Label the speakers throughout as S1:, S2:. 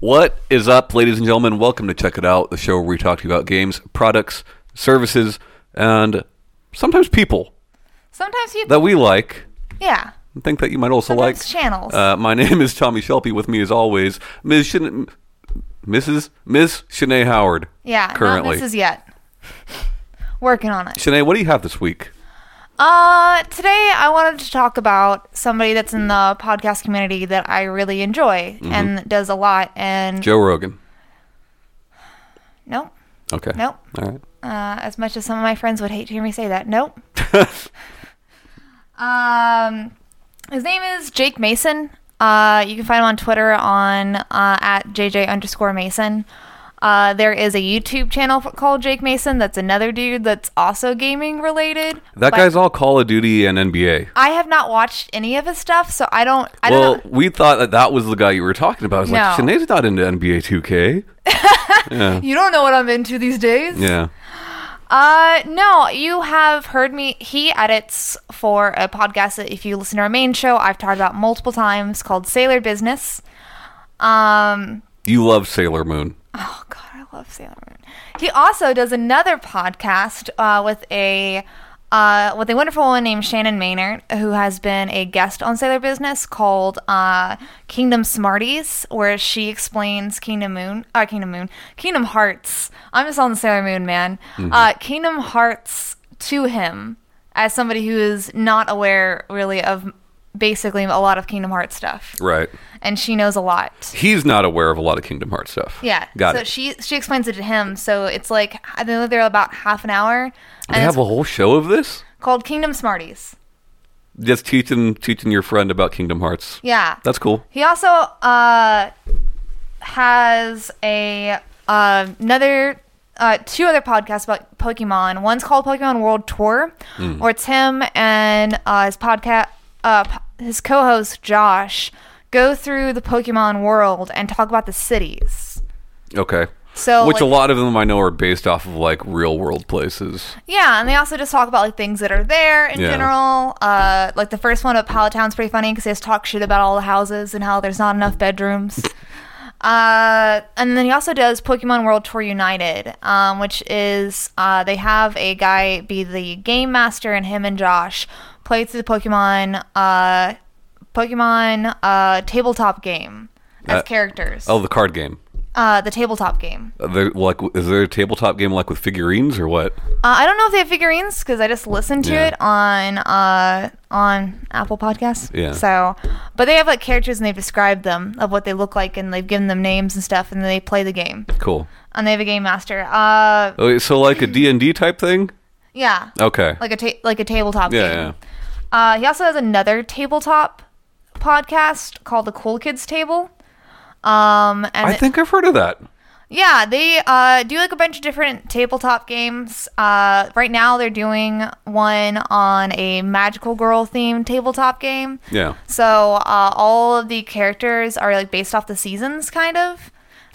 S1: What is up, ladies and gentlemen? Welcome to Check It Out, the show where we talk to you about games, products, services, and sometimes people
S2: Sometimes you,
S1: that we like
S2: yeah.
S1: and think that you might also
S2: Sometimes
S1: like.
S2: channels.
S1: Uh, my name is Tommy Shelby. With me, as always, Ms. Shin- Mrs. Miss Shanae Howard.
S2: Yeah,
S1: currently.
S2: not Mrs. Yet. Working on it.
S1: Shanae, what do you have this week?
S2: Uh, today I wanted to talk about somebody that's in
S1: Mm-hmm.
S2: the podcast community that I really enjoy and does a lot. And
S1: Joe Rogan.
S2: nope,
S1: Okay.
S2: nope.
S1: All right.
S2: Uh, as much as some of my friends would hate to hear me say that, nope. um, his name is Jake Mason. Uh, you can find him on Twitter on uh, at JJ underscore Mason. Uh, there is a YouTube channel f- called Jake Mason. That's another dude that's also gaming related.
S1: That
S2: but
S1: guy's all Call of Duty and NBA.
S2: I have not watched any of his stuff, so I don't. I
S1: Well,
S2: don't. Know.
S1: we thought that that was the guy you were talking about. I was like,
S2: No.
S1: Shanae's not into NBA 2K.
S2: You don't know what I'm into these days.
S1: Yeah.
S2: Uh, no, you have heard me. He edits for a podcast that, if you listen to our main show, I've talked about multiple times called Sailor Business. Um,
S1: You love Sailor Moon.
S2: oh God, I love Sailor Moon. He also does another podcast uh, with a uh, with a wonderful woman named Shannon Maynard, who has been a guest on Sailor Business called uh, Kingdom Smarties, where she explains Kingdom Moon, uh, Kingdom Moon, Kingdom Hearts. I'm just on the Sailor Moon, man. Uh, Kingdom Hearts to him as somebody who is not aware really of basically a lot of Kingdom Hearts stuff,
S1: Right.
S2: and she knows a lot.
S1: He's not aware of a lot of Kingdom Hearts stuff.
S2: Yeah.
S1: Got
S2: so
S1: it.
S2: she she explains it to him. So it's like I think they're about half an hour,
S1: They
S2: and it's
S1: have a whole show of this?
S2: called Kingdom Smarties.
S1: Just teaching teaching your friend about Kingdom Hearts.
S2: Yeah.
S1: That's cool.
S2: He also uh, has a uh, another uh, two other podcasts about Pokemon. One's called Pokemon World Tour,
S1: Hmm.
S2: or it's him and uh, his podcast uh, p- his co-host Josh go through the Pokemon world and talk about the cities.
S1: Okay.
S2: So,
S1: Which a
S2: like-
S1: lot of them I know are based off of like real world places.
S2: Yeah, and they also just talk about like things that are there in
S1: Yeah.
S2: general. Uh, like the first one about Palatown's pretty funny because they just talk shit about all the houses and how there's not enough bedrooms. uh, and then he also does Pokemon World Tour United, um, which is uh, they have a guy be the game master, and him and Josh play through the Pokemon uh, Pokemon uh, tabletop game as
S1: Uh,
S2: characters.
S1: Oh, the card game.
S2: Uh, the tabletop game.
S1: Uh, there- like, is there a tabletop game like with figurines or what?
S2: Uh, I don't know if they have figurines because I just listened to
S1: Yeah.
S2: it on uh, on Apple Podcasts.
S1: Yeah.
S2: So, but they have like characters and they've described them of what they look like and they've given them names and stuff and they play the game
S1: Cool.
S2: and they have a game master. Uh,
S1: Okay, so like a D and D type thing.
S2: yeah.
S1: Okay.
S2: Like a ta- like a tabletop
S1: Yeah,
S2: game. Uh, he also has another tabletop podcast called the Cool Kids Table. Um, and
S1: I
S2: it-
S1: think I've heard of that.
S2: Yeah, they uh, do like a bunch of different tabletop games. Uh, right now, they're doing one on a magical girl themed tabletop game.
S1: Yeah.
S2: So uh, all of the characters are like based off the seasons, kind of.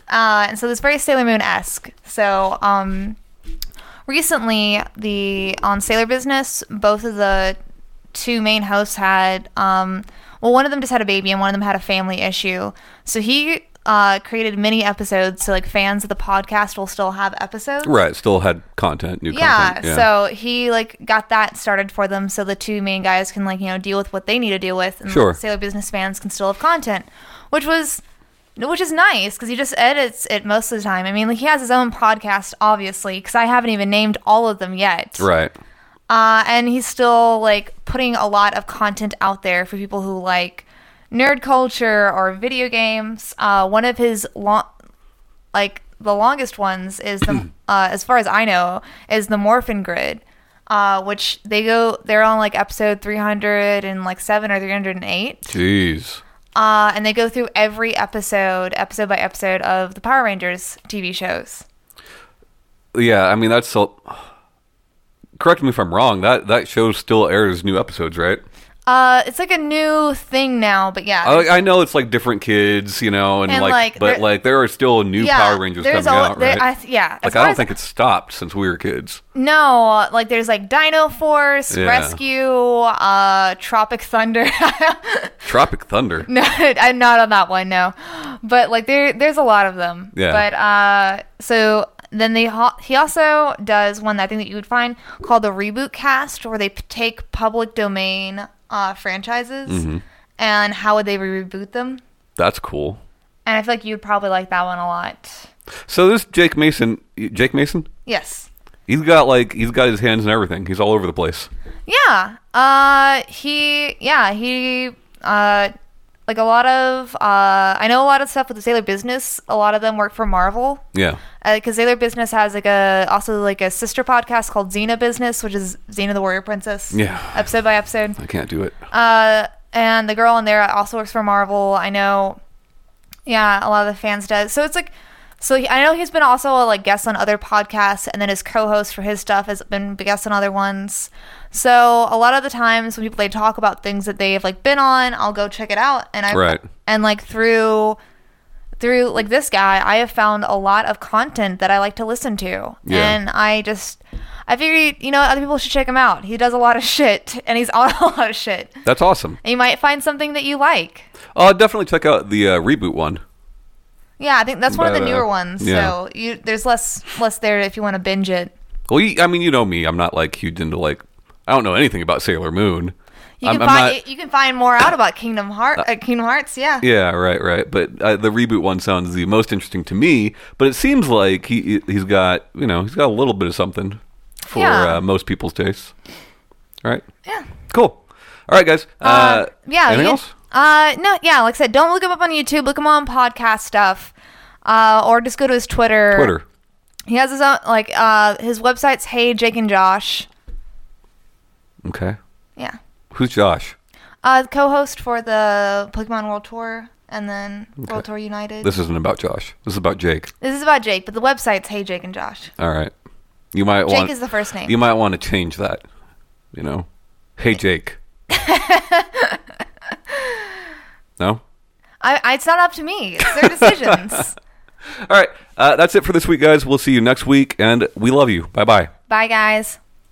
S2: Uh, and so it's very Sailor Moon esque. So um, recently, the on Sailor Business, both of the two main hosts had um, well, one of them just had a baby, and one of them had a family issue. So he uh, created many episodes, so like fans of the podcast will still have episodes.
S1: Right. Still had content. New
S2: Yeah,
S1: content.
S2: so he like got that started for them, so the two main guys can like you know deal with what they need to deal with, and
S1: Sure.
S2: Sailor Business fans can still have content, which was, which is nice because he just edits it most of the time. I mean, like he has his own podcast, obviously, because I haven't even named all of them yet,
S1: Right.
S2: uh, and he's still like putting a lot of content out there for people who like nerd culture or video games. Uh, one of his long, like the longest ones is the, uh, as far as I know, is the Morphin Grid, uh, which they go they're on like episode three hundred and like seven or three hundred and eight.
S1: Jeez.
S2: Uh, and they go through every episode, episode by episode of the Power Rangers TV shows.
S1: Yeah. I mean, that's so. Correct me if I'm wrong. That that show still airs new episodes, right?
S2: Uh, it's like a new thing now, but yeah,
S1: I, I know it's like different kids, you know, and,
S2: And,
S1: like,
S2: like,
S1: but
S2: there-
S1: like there are still new
S2: yeah,
S1: Power Rangers
S2: there's
S1: coming
S2: al-
S1: out,
S2: there-
S1: right?
S2: I- yeah, as
S1: like
S2: far
S1: I don't
S2: as-
S1: think it's stopped since we were kids.
S2: No, like there's like Dino Force,
S1: Yeah.
S2: Rescue, uh, Tropic Thunder.
S1: Tropic Thunder.
S2: no, I'm not on that one. No, but like there, there's a lot of them.
S1: Yeah.
S2: But uh, so then they ho- he also does one that I think that you would find called the reboot cast, where they p- take public domain uh, franchises
S1: Mm-hmm.
S2: and how would they reboot them?
S1: That's cool.
S2: And I feel like you'd probably like that one a lot.
S1: So this Jake Mason, Jake Mason,
S2: Yes.
S1: he's got like he's got his hands in everything. He's all over the place.
S2: Yeah. Uh he yeah, he uh like a lot of uh I know a lot of stuff with the Sailor Business, a lot of them work for Marvel.
S1: Yeah.
S2: Because Sailor Business has like a also like a sister podcast called Xena Business, which is Xena the Warrior Princess.
S1: Yeah.
S2: Episode by episode.
S1: I can't do it.
S2: Uh, and the girl in there also works for Marvel. I know. Yeah, a lot of the fans does. So it's like, so he, I know he's been also a like guest on other podcasts, and then his co-host for his stuff has been guest on other ones. So a lot of the times when people they talk about things that they've like been on, I'll go check it out, and I
S1: Right.
S2: and like through through like this guy, I have found a lot of content that I like to listen to,
S1: Yeah.
S2: and I just. I figured, you know, other people should check him out. He does a lot of shit, and he's on a lot of shit.
S1: That's awesome.
S2: And you might find something that you like.
S1: Uh, definitely check out the uh, reboot one.
S2: Yeah, I think that's one of
S1: But,
S2: the
S1: uh,
S2: newer ones.
S1: yeah.
S2: So you, there's less less there if you want to binge it.
S1: Well, you, I mean, you know me. I'm not like huge into like I don't know anything about Sailor Moon.
S2: You
S1: I'm,
S2: can
S1: I'm
S2: find
S1: not-
S2: you can find more out about Kingdom Heart uh, Kingdom Hearts. Yeah.
S1: Yeah, right, right. But uh, the reboot one sounds the most interesting to me. But it seems like he he's got you know he's got a little bit of something for
S2: Yeah.
S1: uh, most people's tastes. All right.
S2: Yeah.
S1: Cool. All right, guys. Uh,
S2: Uh, yeah.
S1: Anything
S2: you-
S1: else?
S2: Uh, no. Yeah. Like I said, don't look him up on YouTube. Look him on podcast stuff, uh, or just go to his Twitter.
S1: Twitter.
S2: He has his own like uh his website's Hey Jake and Josh.
S1: Okay.
S2: Yeah.
S1: Who's Josh?
S2: Uh, co-host for the Pokemon World Tour and then World Tour United.
S1: This isn't about Josh. This is about Jake.
S2: This is about Jake, but the website's Hey Jake and Josh.
S1: All right. You might
S2: Jake
S1: want
S2: is the first name.
S1: you might want to change that. You know. Hey Jake. no.
S2: I, I, it's not up to me. It's their decisions.
S1: All right. Uh, that's it for this week, guys. We'll see you next week, and we love you. Bye bye.
S2: Bye, guys.